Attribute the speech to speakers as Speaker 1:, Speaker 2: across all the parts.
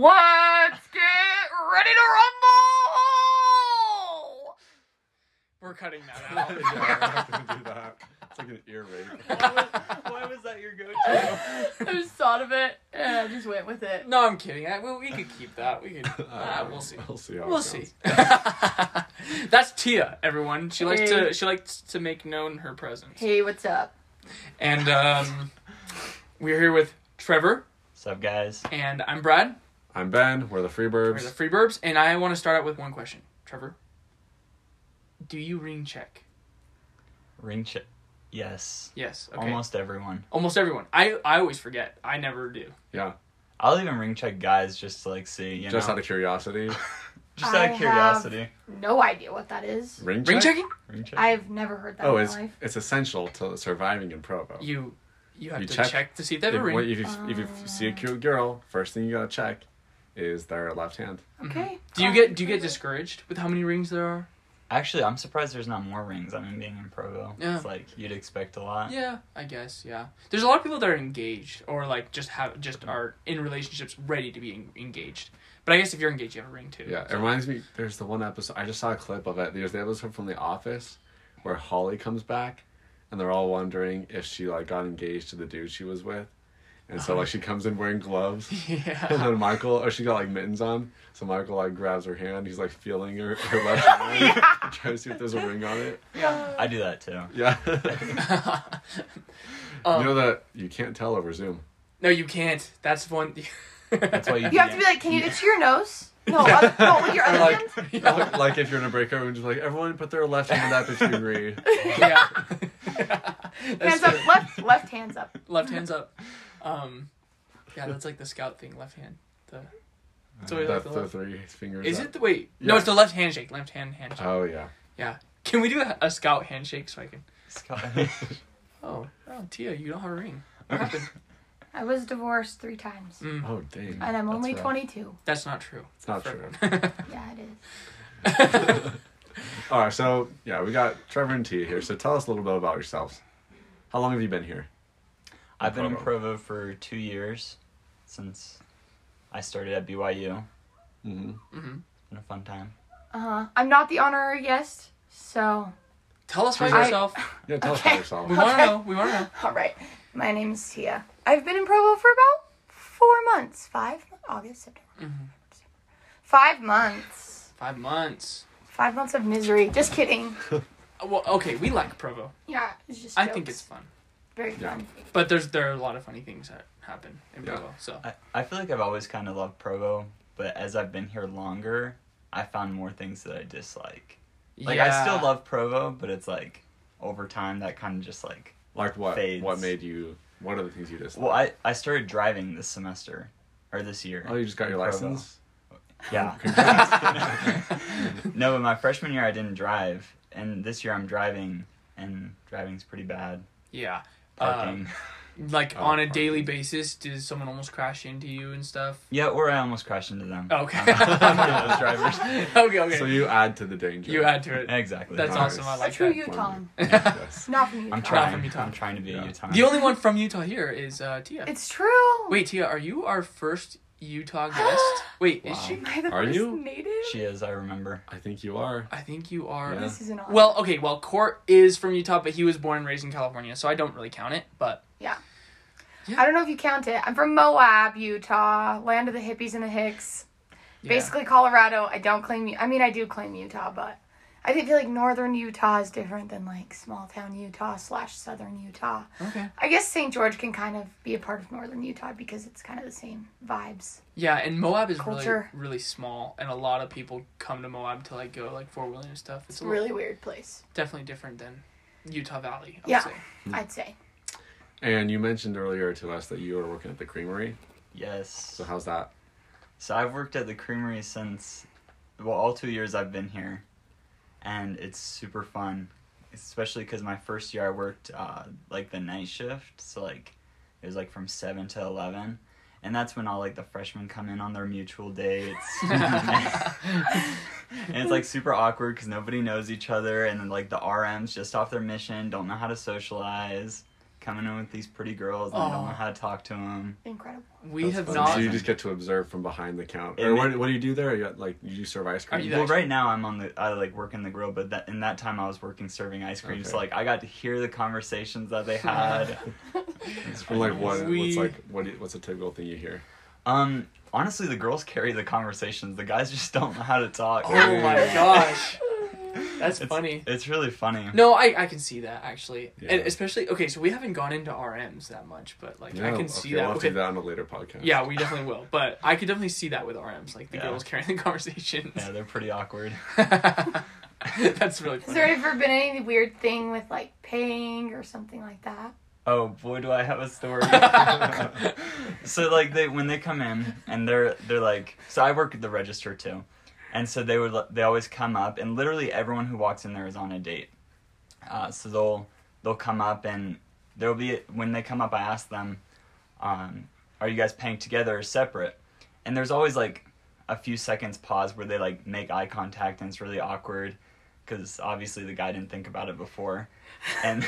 Speaker 1: Let's get ready to rumble! We're cutting
Speaker 2: yeah,
Speaker 1: that
Speaker 2: we're not gonna do that. It's like an ear rape.
Speaker 1: out.
Speaker 3: Why was that your go-to?
Speaker 4: I just thought of it and I just went with it.
Speaker 1: no, I'm kidding. I, we, we could keep that. We could. Uh, we'll see.
Speaker 2: We'll see. How
Speaker 1: We'll
Speaker 2: it
Speaker 1: see.
Speaker 2: goes.
Speaker 1: That's Tia, everyone. She likes
Speaker 4: Hey.
Speaker 1: to she likes to make known her presence.
Speaker 4: Hey, what's up?
Speaker 1: And um, we're here with Trevor
Speaker 3: What's up, guys?
Speaker 1: and I'm Brad.
Speaker 2: I'm Ben. We're the
Speaker 1: We're the
Speaker 2: Freebirds.
Speaker 1: Free Burbs, and I want to start out with one question. Trevor, do you ring check?
Speaker 3: Ring check. Yes.
Speaker 1: Yes. Okay.
Speaker 3: Almost everyone.
Speaker 1: Almost everyone. I I always forget. I never do.
Speaker 2: yeah,
Speaker 3: I'll even ring check guys just to like see, you
Speaker 2: just
Speaker 3: know,
Speaker 2: out of curiosity.
Speaker 3: just out
Speaker 4: I
Speaker 3: of curiosity.
Speaker 4: No idea what that is.
Speaker 2: Ring check?
Speaker 1: Ring checking?
Speaker 3: Ring check.
Speaker 4: I've never heard that
Speaker 2: Oh,
Speaker 4: in
Speaker 2: it's
Speaker 4: my life.
Speaker 2: it's essential to surviving in Provo.
Speaker 1: You you have
Speaker 2: You
Speaker 1: to check.
Speaker 2: check.
Speaker 1: to see if they have
Speaker 2: if,
Speaker 1: a ring.
Speaker 2: what- if you, if you see a cute girl, first thing you gotta check is their left hand.
Speaker 4: Okay.
Speaker 1: do you get do you get discouraged with how many rings there are?
Speaker 3: Actually, I'm surprised there's not more rings. I mean, being in Provo,
Speaker 1: Yeah.
Speaker 3: it's like you'd expect a lot.
Speaker 1: Yeah, I guess. Yeah, there's a lot of people that are engaged or like just have just are in relationships ready to be en- engaged. But I guess if you're engaged, you have a ring too.
Speaker 2: Yeah, it reminds me. There's the one episode I just saw a clip of it. There's the episode from The Office where Holly comes back, and they're all wondering if she like got engaged to the dude she was with, and so like she comes in wearing gloves. And
Speaker 1: yeah.
Speaker 2: then Michael, or she got like mittens on, so Michael like grabs her hand. He's like feeling her, her left hand, trying to see if there's a ring on it.
Speaker 3: I do that too.
Speaker 2: Yeah,
Speaker 1: Um,
Speaker 2: you know that you can't tell over Zoom.
Speaker 1: no, you can't. That's one.
Speaker 3: That's why you.
Speaker 4: You have to be like, can you itch your nose? No, other, no, with your
Speaker 2: Or
Speaker 4: other
Speaker 2: like,
Speaker 4: hand.
Speaker 2: like, like if you're in a breakout room, just like everyone put their left hand up if you agree.
Speaker 1: yeah.
Speaker 4: Hands up, left, left hands up.
Speaker 1: left hands up. Um, yeah, that's like the scout thing. Left hand. The. It's always like
Speaker 2: That's
Speaker 1: the
Speaker 2: the
Speaker 1: left.
Speaker 2: three fingers.
Speaker 1: Is
Speaker 2: up.
Speaker 1: it the wait? No,
Speaker 2: Yeah.
Speaker 1: it's the left handshake. Left hand handshake.
Speaker 2: Oh yeah.
Speaker 1: yeah. Can we do a, a scout handshake so I can?
Speaker 3: Scott-
Speaker 1: Oh, oh, Tia, you don't have a ring. What happened?
Speaker 4: I was divorced three times,
Speaker 1: Mm,
Speaker 2: Oh dang.
Speaker 4: and I'm
Speaker 2: That's
Speaker 4: only
Speaker 2: rough.
Speaker 4: 22.
Speaker 1: that's not true.
Speaker 2: It's not true.
Speaker 4: Yeah, it is.
Speaker 2: All right, so yeah, we got Trevor and Tia here. So tell us a little bit about yourselves. How long have you been here?
Speaker 3: I've been in
Speaker 2: Provo.
Speaker 3: Provo for two years, since I started at BYU.
Speaker 2: Mm-hmm.
Speaker 1: hmm
Speaker 3: Been a fun time.
Speaker 4: Uh huh. I'm not the honorary guest, so
Speaker 1: Tell us about
Speaker 4: I-
Speaker 1: yourself.
Speaker 2: Yeah, tell
Speaker 4: Okay.
Speaker 2: us about
Speaker 1: We
Speaker 2: yourself.
Speaker 1: want
Speaker 4: Okay.
Speaker 1: to know. We want to know.
Speaker 4: all right. My name's Tia. I've been in Provo for about four months, five August, September,
Speaker 1: Mm-hmm.
Speaker 4: September. five months,
Speaker 1: Five months.
Speaker 4: five months of misery. Just kidding.
Speaker 1: Uh, Well, okay, we like Provo.
Speaker 4: Yeah, it's just.
Speaker 1: I think
Speaker 4: jokes.
Speaker 1: it's fun,
Speaker 4: very
Speaker 2: Yeah.
Speaker 4: fun.
Speaker 1: but there's there are a lot of funny things that happen in
Speaker 2: Yeah.
Speaker 1: Provo. So
Speaker 3: I, I feel like I've always kind of loved Provo, but as I've been here longer, I found more things that I dislike. Like I still
Speaker 1: Yeah.
Speaker 3: love Provo, but it's like over time that kind of just like
Speaker 2: Like what?
Speaker 3: Fades.
Speaker 2: What made you? What are the things you just?
Speaker 3: well I I started driving this semester or this year.
Speaker 2: oh, you just got your
Speaker 3: in Provo.
Speaker 2: license.
Speaker 3: Yeah. no, but my freshman year I didn't drive, and this year I'm driving, and driving's pretty bad.
Speaker 1: Yeah.
Speaker 3: Parking.
Speaker 1: Um, like
Speaker 2: Oh,
Speaker 1: on a
Speaker 2: parking.
Speaker 1: daily basis, does someone almost crash into you and stuff?
Speaker 3: yeah, or I almost crashed into them.
Speaker 1: Okay.
Speaker 3: I'm one of those drivers.
Speaker 1: okay, okay.
Speaker 2: So you add to the danger.
Speaker 1: you add to it.
Speaker 3: Exactly.
Speaker 1: That's
Speaker 2: Nice.
Speaker 1: awesome. I
Speaker 4: A
Speaker 1: like
Speaker 4: true
Speaker 1: that.
Speaker 4: Utah.
Speaker 2: yes.
Speaker 4: Not from Utah.
Speaker 3: I'm trying.
Speaker 1: from Utah.
Speaker 3: I'm trying to be
Speaker 2: Yeah.
Speaker 3: a Utah.
Speaker 1: the only one from Utah here is uh, Tia.
Speaker 4: It's true.
Speaker 1: Wait, Tia, are you our first Utah guest? Wait, is
Speaker 3: Wow.
Speaker 1: she?
Speaker 4: Am I the
Speaker 2: Are
Speaker 4: first
Speaker 2: you?
Speaker 4: native?
Speaker 3: She is. I remember.
Speaker 2: I think you are.
Speaker 1: I think you are.
Speaker 2: Yeah.
Speaker 4: This is an honor.
Speaker 1: Well, okay, well, Court is from Utah, but he was born and raised in California, so I don't really count it, but
Speaker 4: I don't know if you count it. I'm from Moab, Utah, land of the hippies and the hicks.
Speaker 1: yeah.
Speaker 4: Basically, Colorado. I don't claim. I mean, I do claim Utah, but I feel like northern Utah is different than like small town Utah slash southern Utah.
Speaker 1: Okay.
Speaker 4: I guess St. George can kind of be a part of northern Utah because it's kind of the same vibes.
Speaker 1: Yeah, and Moab is
Speaker 4: Culture.
Speaker 1: really really small, and a lot of people come to Moab to like go like four wheeling and stuff. It's,
Speaker 4: It's
Speaker 1: a
Speaker 4: a
Speaker 1: little,
Speaker 4: really weird place.
Speaker 1: definitely different than Utah Valley. I would
Speaker 4: Yeah.
Speaker 1: say.
Speaker 4: I'd say.
Speaker 2: And you mentioned earlier to us that you were working at the creamery.
Speaker 3: Yes.
Speaker 2: So how's that?
Speaker 3: So I've worked at the creamery since, well, all two years I've been here, and it's super fun, especially because my first year I worked uh, like the night shift, so like it was like from seven to eleven, and that's when all like the freshmen come in on their mutual dates, and it's like super awkward because nobody knows each other, and then like the RMs just off their mission don't know how to socialize. coming in with these pretty girls and I don't know
Speaker 1: Aw.
Speaker 3: how to talk to them.
Speaker 4: Incredible.
Speaker 1: We
Speaker 3: That's
Speaker 1: have
Speaker 3: funny.
Speaker 2: So
Speaker 1: not.
Speaker 2: you just get to observe from behind the counter.
Speaker 3: It
Speaker 2: Or
Speaker 3: ma-
Speaker 2: what, what do you do there? You got, like you serve ice cream.
Speaker 1: Are you
Speaker 3: Well,
Speaker 1: actually-
Speaker 3: right now I'm on the I like work in the grill, but that in that time I was working serving ice cream, so
Speaker 2: Okay.
Speaker 3: like I got to hear the conversations that they had. It's
Speaker 2: Or, like what?
Speaker 1: We-
Speaker 2: What's like what? do you- What's a typical thing you hear?
Speaker 3: Um, honestly, the girls carry the conversations. The guys just don't know how to talk.
Speaker 1: Oh my gosh, that's
Speaker 3: It's-
Speaker 1: funny.
Speaker 3: It's really funny.
Speaker 1: No, I, I can see that actually,
Speaker 2: Yeah.
Speaker 1: and especially okay. So we haven't gone into RMs that much, but like I can see that.
Speaker 2: We'll have to
Speaker 1: with,
Speaker 2: do that on a later podcast.
Speaker 1: Yeah, we definitely will. But I could definitely see that with RMs, like the
Speaker 3: Yeah.
Speaker 1: girls carrying the conversations.
Speaker 3: Yeah, they're pretty awkward.
Speaker 1: that's really
Speaker 4: Has
Speaker 1: funny.
Speaker 4: there ever been any weird thing with like paying or something like that?
Speaker 3: Oh boy, do I have a story. so like they when they come in and they're they're like so I work at the register too, and so they would they always come up and literally everyone who walks in there is on a date. Uh, so they'll they'll come up and there'll be when they come up I ask them, um, are you guys paying together or separate? And there's always like a few seconds pause where they like make eye contact and it's really awkward because obviously the guy didn't think about it before and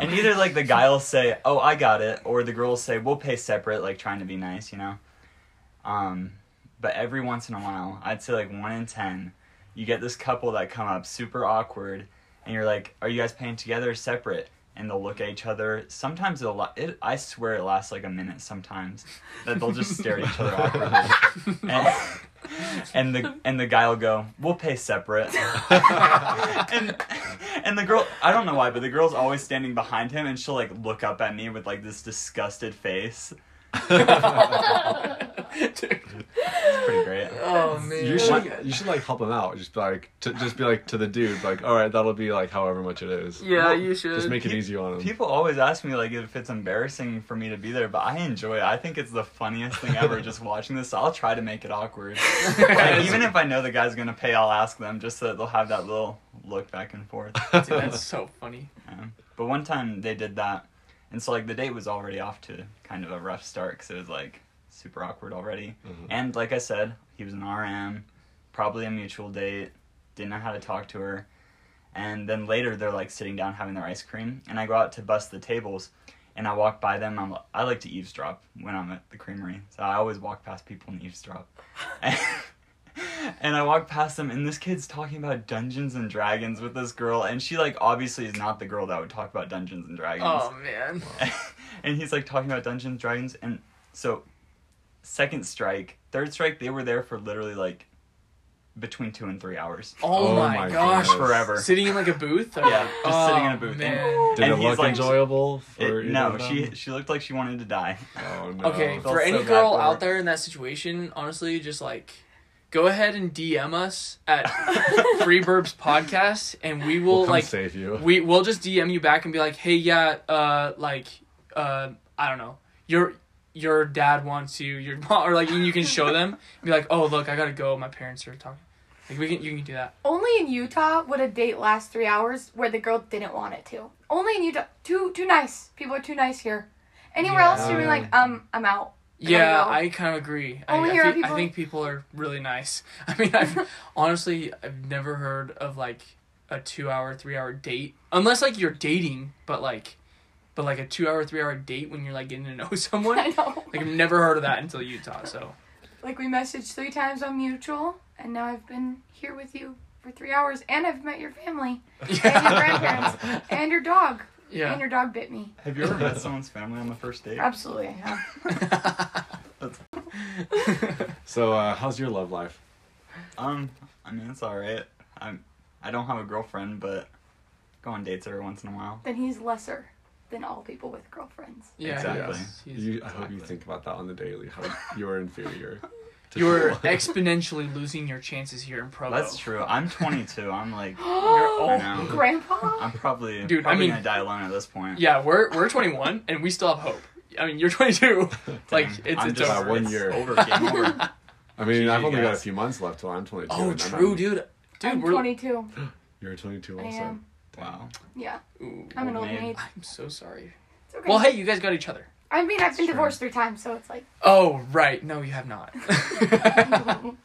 Speaker 3: and either like the guy will say, "Oh, I got it," or the girl will say, "We'll pay separate," like trying to be nice, you know. Um, but every once in a while, I'd say like one in ten, you get this couple that come up super awkward, and you're like, "Are you guys paying together or separate?" And they'll look at each other. Sometimes it'll. la- It, I swear it lasts like a minute. Sometimes that they'll just stare at each other awkwardly. And, and the and the guy will go, "We'll pay separate." and and the girl, I don't know why, but the girl's always standing behind him, and she'll like look up at me with like this disgusted face.
Speaker 1: Dude.
Speaker 3: It's pretty great.
Speaker 1: Oh man.
Speaker 2: You should you should like help him out. Just be like to, just be like to the dude like all right that'll be like however much it is.
Speaker 1: Yeah,
Speaker 3: Well,
Speaker 1: you should.
Speaker 2: Just make it
Speaker 3: Pe-
Speaker 2: easy on him.
Speaker 3: People always ask me like if it's embarrassing for me to be there, but I enjoy it. I think it's the funniest thing ever. just watching this, I'll try to make it awkward. Like, even if I know the guy's gonna pay, I'll ask them just so that they'll have that little look back and forth.
Speaker 1: Dude, that's so funny.
Speaker 3: But one time they did that, and so like the date was already off to kind of a rough start because it was like super awkward already. And like I said, he was an RM, probably a mutual date, didn't know how to talk to her. And then later they're like sitting down having their ice cream, and I go out to bust the tables, and I walk by them. I'm I like to eavesdrop when I'm at the creamery, so I always walk past people and eavesdrop. and I walk past them, and this kid's talking about Dungeons and Dragons with this girl, and she like obviously is not the girl that would talk about Dungeons and Dragons.
Speaker 1: Oh man.
Speaker 3: and he's like talking about Dungeons and Dragons, and so second strike, third strike, they were there for literally like between two and three hours.
Speaker 1: Oh,
Speaker 2: Oh
Speaker 1: my,
Speaker 2: my
Speaker 1: gosh.
Speaker 2: goodness.
Speaker 3: Forever.
Speaker 1: Sitting in like a booth? Or-
Speaker 3: Yeah, just
Speaker 1: Oh,
Speaker 3: sitting in a booth.
Speaker 1: Man.
Speaker 2: Did
Speaker 3: And
Speaker 2: it
Speaker 3: he's
Speaker 2: look
Speaker 3: like-
Speaker 2: enjoyable
Speaker 3: It-
Speaker 2: for either
Speaker 3: no,
Speaker 2: of
Speaker 3: she
Speaker 2: them?
Speaker 3: she looked like she wanted to die.
Speaker 2: Oh no.
Speaker 1: Okay,
Speaker 3: Felt
Speaker 1: for
Speaker 3: so
Speaker 1: any
Speaker 3: bad
Speaker 1: girl
Speaker 3: for her.
Speaker 1: out there in that situation, honestly, just like go ahead and DM us at Free Burbs Podcast and we will
Speaker 2: we'll come
Speaker 1: like
Speaker 2: save you.
Speaker 1: we we'll just DM you back and be like, hey, yeah, uh, like, uh, I don't know, your your dad wants you, your mom, or like you can show them, be like, oh look, I gotta go, my parents are talking. Like we can you can do that.
Speaker 4: Only in Utah would a date last three hours where the girl didn't want it to. Only in Utah. Too too nice. People are too nice here. Anywhere
Speaker 1: Yeah.
Speaker 4: else, you'd be like, um, I'm out. gotta
Speaker 1: Yeah,
Speaker 4: go.
Speaker 1: I kind of agree. I,
Speaker 4: Only
Speaker 1: I,
Speaker 4: here are
Speaker 1: think, I
Speaker 4: people-
Speaker 1: think people are really nice. I mean, I've, honestly, I've never heard of like a two-hour, three-hour date, unless like you're dating, but like, but like a two-hour, three-hour date when you're like getting to know someone.
Speaker 4: I
Speaker 1: Like
Speaker 4: know.
Speaker 1: I've never heard of that until Utah. So
Speaker 4: Like we messaged three times on mutual, and now I've been here with you for three hours, and I've met your family and your grandparents and your dog.
Speaker 1: yeah.
Speaker 4: And your dog bit me.
Speaker 3: Have you ever met someone's family on the first date?
Speaker 4: Absolutely, I have.
Speaker 2: So uh, how's your love life?
Speaker 3: Um, I mean it's all right. I'm I don't have a girlfriend, but go on dates every once in a while.
Speaker 4: Then he's lesser than all people with girlfriends.
Speaker 1: Yeah,
Speaker 3: Exactly.
Speaker 1: he's- he's-
Speaker 2: You, I hope you think about that on the daily. How you're inferior. to
Speaker 1: You're
Speaker 2: people.
Speaker 1: exponentially losing your chances here in Provo.
Speaker 3: That's true. I'm 22. I'm like
Speaker 1: You're
Speaker 3: I
Speaker 1: old.
Speaker 3: know.
Speaker 4: Grandpa?
Speaker 3: I'm probably
Speaker 1: Oh. Dude, I
Speaker 3: probably
Speaker 1: mean-
Speaker 3: gonna die alone at this point.
Speaker 1: Yeah, we're we're 21 and we still have hope. I mean, you're 22. Like
Speaker 3: Dang,
Speaker 1: it's
Speaker 3: I'm
Speaker 1: it's
Speaker 3: just-
Speaker 2: About
Speaker 1: over.
Speaker 2: one
Speaker 3: it's
Speaker 2: year.
Speaker 3: over. Game over.
Speaker 2: I mean, I've
Speaker 3: Gee,
Speaker 2: only got a
Speaker 3: guys.
Speaker 2: few months left till I'm 22.
Speaker 1: Oh,
Speaker 2: and I'm-
Speaker 1: true, dude. Dude,
Speaker 4: I'm
Speaker 1: we're
Speaker 4: 22.
Speaker 2: You're 22
Speaker 4: I
Speaker 2: also.
Speaker 4: am.
Speaker 3: Wow.
Speaker 4: Yeah,
Speaker 1: Ooh,
Speaker 4: I'm an
Speaker 3: Old
Speaker 4: old
Speaker 3: man.
Speaker 4: maid.
Speaker 1: I'm so sorry.
Speaker 4: It's okay.
Speaker 1: Well, hey, you guys got each other.
Speaker 4: I mean, I've been
Speaker 3: Sure.
Speaker 4: divorced three times, so it's like.
Speaker 1: Oh, right. No, you have not. um,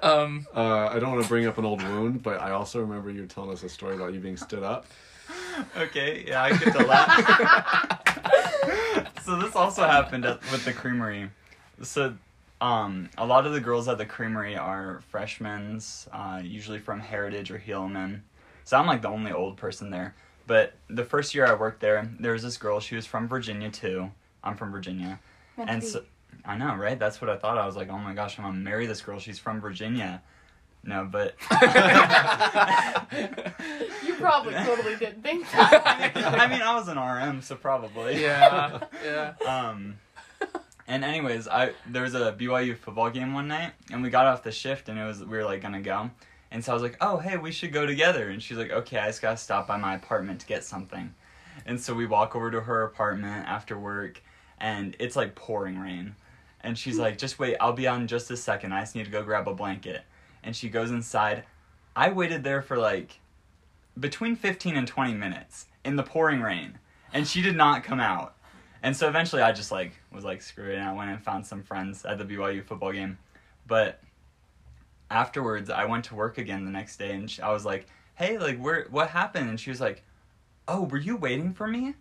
Speaker 1: Um,
Speaker 2: Uh, I don't want to bring up an old wound, but I also remember you telling us a story about you being stood up.
Speaker 3: okay, yeah, I get to laugh. so this also happened at, with the creamery. So, um, a lot of the girls at the creamery are freshmen, uh, usually from Heritage or Hillman. So I'm like the only old person there. But the first year I worked there, there was this girl. She was from Virginia too. I'm from Virginia,
Speaker 4: Meant to
Speaker 3: and
Speaker 4: be.
Speaker 3: so I know, right? That's what I thought. I was like, oh my gosh, I'm gonna marry this girl. She's from Virginia. No, but
Speaker 4: you probably totally didn't think that.
Speaker 3: I mean, I was an RM, so probably.
Speaker 1: Yeah, yeah.
Speaker 3: Um, and anyways, I there was a BYU football game one night, and we got off the shift, and it was we were like gonna go, and so I was like, oh hey, we should go together, and she's like, okay, I just gotta stop by my apartment to get something, and so we walk over to her apartment after work, and it's like pouring rain, and she's like, just wait, I'll be on in just a second, I just need to go grab a blanket, and she goes inside. I waited there for like between 15 and 20 minutes in the pouring rain and she did not come out and so eventually i just like was like screw it and i went and found some friends at the byu football game but afterwards i went to work again the next day and sh i was like hey like where what happened and she was like oh were you waiting for me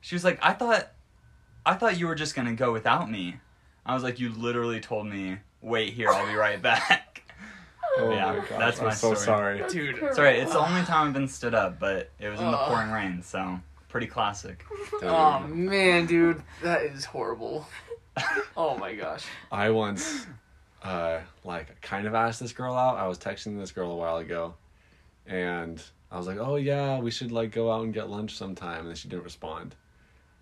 Speaker 3: she was like i thought i thought you were just gonna go without me i was like you literally told me wait here i'll be right back
Speaker 2: Oh
Speaker 3: Yeah,
Speaker 2: my gosh.
Speaker 3: that's
Speaker 2: I'm
Speaker 3: my
Speaker 2: so
Speaker 3: story.
Speaker 2: sorry.
Speaker 1: Dude,
Speaker 4: That's
Speaker 3: it's alright it's the only time i've been stood up but it was in the
Speaker 1: Ugh.
Speaker 3: pouring rain so pretty classic
Speaker 1: Oh man, dude, that is horrible. Oh my gosh.
Speaker 2: I once, uh, like, kind of asked this girl out. I was texting this girl a while ago, and I was like, "Oh yeah, we should like go out and get lunch sometime." And then she didn't respond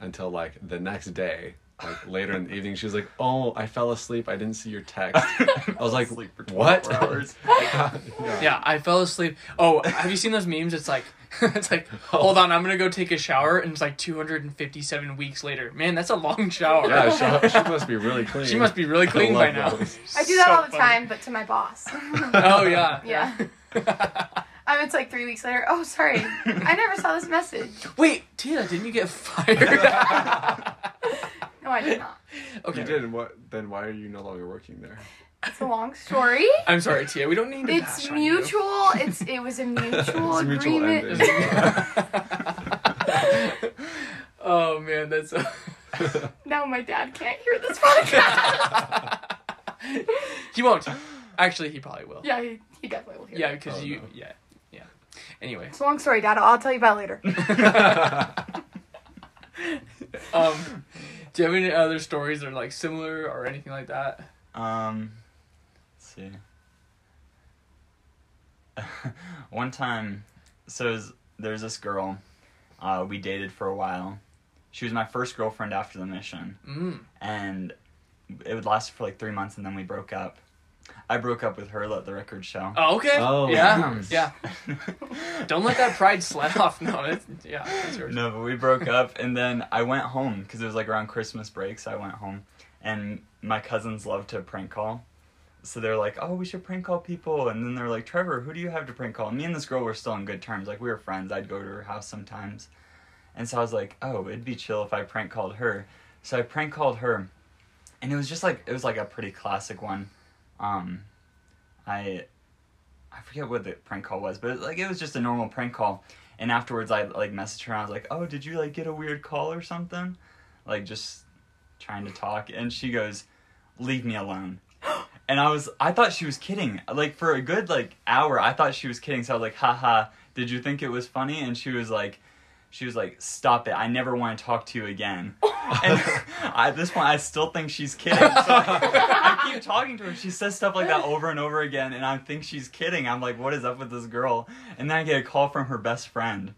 Speaker 2: until like the next day, like later in the evening. She was like, "Oh, I fell asleep. I didn't see your text." I was like,
Speaker 3: Sleep for
Speaker 2: "What?"
Speaker 3: 24 hours.
Speaker 2: yeah.
Speaker 1: Yeah, I fell asleep. Oh, have you seen those memes? It's like, it's like, hold on, I'm gonna go take a shower, and it's like 257 weeks later. Man, that's a long shower.
Speaker 2: Yeah, she, she must be really clean.
Speaker 1: She must be really clean
Speaker 2: I
Speaker 1: by
Speaker 2: love
Speaker 1: now.
Speaker 2: those.
Speaker 4: I do that
Speaker 1: So
Speaker 4: all the
Speaker 1: funny.
Speaker 4: time, but to my boss.
Speaker 1: Oh yeah.
Speaker 4: Yeah. I mean, it's like three weeks later. Oh, sorry. I never saw this message.
Speaker 1: Wait, Tina, didn't you get fired?
Speaker 4: No, I did not.
Speaker 1: okay.
Speaker 2: You did, and what? Then why are you no longer working there?
Speaker 4: It's a long story.
Speaker 1: I'm sorry, Tia. We don't need to.
Speaker 4: It's
Speaker 1: bash on you.
Speaker 4: mutual. It's it was a mutual
Speaker 2: It's a mutual
Speaker 4: agreement.
Speaker 2: ending.
Speaker 1: oh man, that's.
Speaker 4: Now my dad can't hear this podcast.
Speaker 1: he won't. Actually, he probably will.
Speaker 4: yeah, he, he definitely will hear.
Speaker 1: Yeah,
Speaker 4: it.
Speaker 1: because
Speaker 2: Oh,
Speaker 1: you.
Speaker 2: no.
Speaker 1: Yeah, yeah. Anyway,
Speaker 4: It's a long story, Dad. I'll tell you about it later.
Speaker 1: um, do you have any other stories that are like similar or anything like that?
Speaker 3: Um, let's see. One time, so there's there's this girl, uh, we dated for a while. She was my first girlfriend after the mission,
Speaker 1: Mm.
Speaker 3: and it would last for like three months, and then we broke up. I broke up with her. Let the record show.
Speaker 1: Oh, okay.
Speaker 2: Oh,
Speaker 1: yeah,
Speaker 2: nice.
Speaker 1: yeah. Don't let that pride slide off. No, it's, yeah, it's yours.
Speaker 3: No, but we broke up, and then I went home because it was like around Christmas break, so I went home, and my cousins love to prank call, so they're like, "Oh, we should prank call people," and then they're like, "Trevor, who do you have to prank call?" Me and this girl were still on good terms, like we were friends. I'd go to her house sometimes, and so I was like, "Oh, it'd be chill if I prank called her," so I prank called her, and it was just like it was like a pretty classic one, um, I. I forget what the prank call was, but like it was just a normal prank call. And afterwards, I like messaged her and I was like, "Oh, did you like get a weird call or something?" Like just trying to talk, and she goes, "Leave me alone." And I was, I thought she was kidding. Like for a good like hour, I thought she was kidding. So I was like, "Haha, did you think it was funny?" And she was like, she was like, "Stop it! I never want to talk to you again." and I, at this point, I still think she's kidding. So I, I keep talking to her. She says stuff like that over and over again, and I think she's kidding. I'm like, "What is up with this girl?" And then I get a call from her best friend,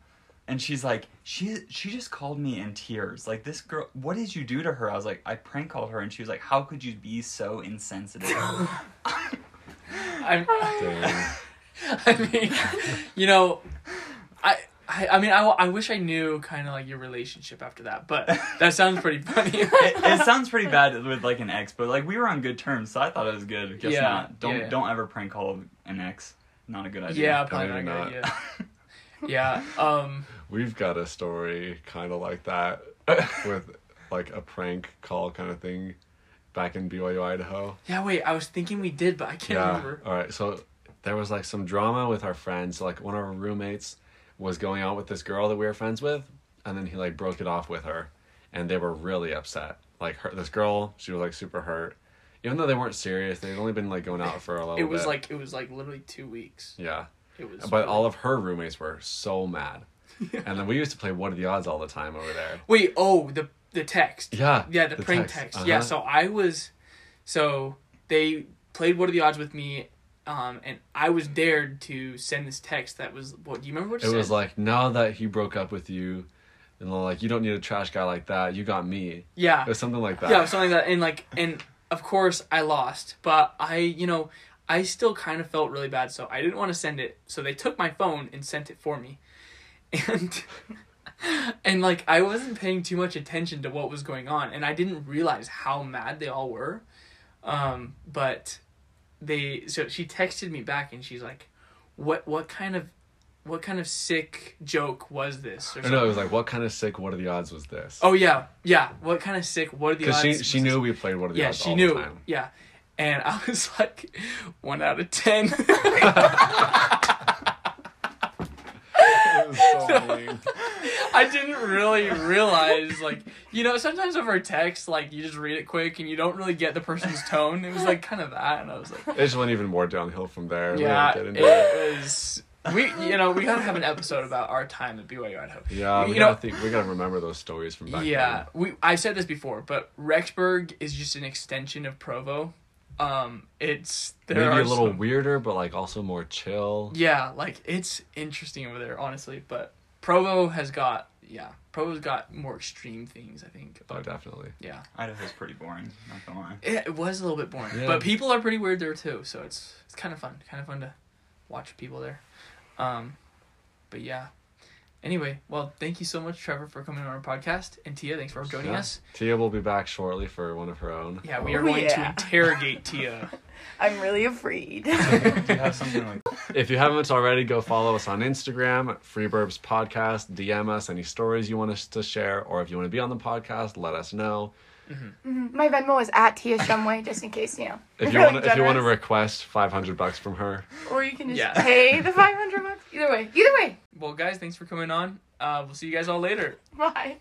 Speaker 3: and she's like, "She she just called me in tears. Like this girl, what did you do to her?" I was like, "I prank called her," and she was like, "How could you be so insensitive?"
Speaker 1: I'm,
Speaker 2: Dang.
Speaker 1: I mean, you know, I. I, I mean, I, w- I wish I knew kind of like your relationship after that, but that sounds pretty funny.
Speaker 3: it, it sounds pretty bad with like an ex, but like we were on good terms, so I thought it was good. Guess
Speaker 1: Yeah,
Speaker 3: not. Don't
Speaker 1: yeah.
Speaker 3: don't ever prank call an ex. Not a good idea.
Speaker 1: yeah,
Speaker 2: Probably
Speaker 1: probably not a good
Speaker 2: not.
Speaker 1: idea. Yeah, um,
Speaker 2: We've got a story kind of like that with like a prank call kind of thing back in BYU, Idaho.
Speaker 1: yeah, wait, I was thinking we did, but I can't
Speaker 2: Yeah.
Speaker 1: remember.
Speaker 2: All right. So there was like some drama with our friends, like one of our roommates was going out with this girl that we were friends with, and then he like broke it off with her, and they were really upset. Like her, this girl, she was like super hurt, even though they weren't serious. They'd only been like going out for a little.
Speaker 1: It was
Speaker 2: bit.
Speaker 1: like it was like literally two weeks.
Speaker 2: yeah,
Speaker 1: It was.
Speaker 2: but all of her roommates were so mad, and then we used to play What Are the Odds all the time over there.
Speaker 1: Wait, oh, the the text.
Speaker 2: Yeah,
Speaker 1: Yeah, the, prank text. Yeah,
Speaker 2: Uh-huh.
Speaker 1: so I was so they played what are the odds with me um and I was dared to send this text that was what do you remember what it,
Speaker 2: it
Speaker 1: said?
Speaker 2: was like now that he broke up with you, and they're like you don't need a trash guy like that. You got me.
Speaker 1: Yeah.
Speaker 2: It was something like that.
Speaker 1: Yeah, something like that and like and of course I lost, but I, you know, I still kind of felt really bad, so I didn't want to send it. So they took my phone and sent it for me. And and like I wasn't paying too much attention to what was going on and I didn't realize how mad they all were. Um but they so she texted me back and she's like what what kind of what kind of sick joke was this or
Speaker 2: Or no, it was like what kind of sick? What are the odds was this?
Speaker 1: Oh yeah, yeah. What kind of sick? What are the
Speaker 2: because
Speaker 1: odds?
Speaker 2: she she
Speaker 1: was this?
Speaker 2: knew we played What are the
Speaker 1: yeah,
Speaker 2: odds
Speaker 1: she
Speaker 2: all
Speaker 1: knew.
Speaker 2: the time.
Speaker 1: Yeah. And I was like, one out of ten.
Speaker 2: It was so mean.
Speaker 1: I didn't really realize, like, you know, sometimes over text, like, you just read it quick and you don't really get the person's tone. It was like kind of that, and I was like,
Speaker 2: It just went even more downhill from there. We
Speaker 1: yeah,
Speaker 2: didn't
Speaker 1: it
Speaker 2: get into it.
Speaker 1: was. We, you know, we gotta have an episode about our time at BYU Idaho.
Speaker 2: Yeah, we
Speaker 1: you
Speaker 2: gotta
Speaker 1: know,
Speaker 2: think. We gotta remember those stories from back
Speaker 1: yeah, we I said this before, but Rexburg is just an extension of Provo. Um, it's
Speaker 2: then.
Speaker 1: there are
Speaker 2: Maybe a little
Speaker 1: some-
Speaker 2: weirder, but like also more chill.
Speaker 1: Yeah, like it's interesting over there, honestly. But Provo has got yeah, Provo's got more extreme things. I think.
Speaker 2: Oh, definitely.
Speaker 1: Yeah,
Speaker 3: Idaho's pretty boring. Not gonna lie.
Speaker 1: it, it was a little bit boring,
Speaker 2: Yeah.
Speaker 1: but people are pretty weird there too. So it's it's kind of fun, kind of fun to watch people there. Um, but yeah. Anyway, well, thank you so much, Trevor, for coming on our podcast, and Tia, thanks for joining
Speaker 2: Yeah.
Speaker 1: us.
Speaker 2: Tia will be back shortly for one of her own.
Speaker 1: Yeah, we
Speaker 2: Oh.
Speaker 1: are going to
Speaker 4: Yeah.
Speaker 1: interrogate Tia.
Speaker 4: I'm really afraid.
Speaker 3: Do you have something like
Speaker 2: If you haven't already, go follow us on Instagram, Freeburbs Podcast. DM us any stories you want us to share, or if you want to be on the podcast, let us know.
Speaker 4: My Venmo is at Tia Shumway, just in case you know.
Speaker 2: If you
Speaker 4: Really
Speaker 2: want, to if you want to
Speaker 4: generous.
Speaker 2: request five hundred bucks from her,
Speaker 4: or you can just
Speaker 1: Yeah.
Speaker 4: pay the 500 bucks. Either way, either way.
Speaker 1: well, guys, thanks for coming on. Uh, we'll see you guys all later.
Speaker 4: Bye.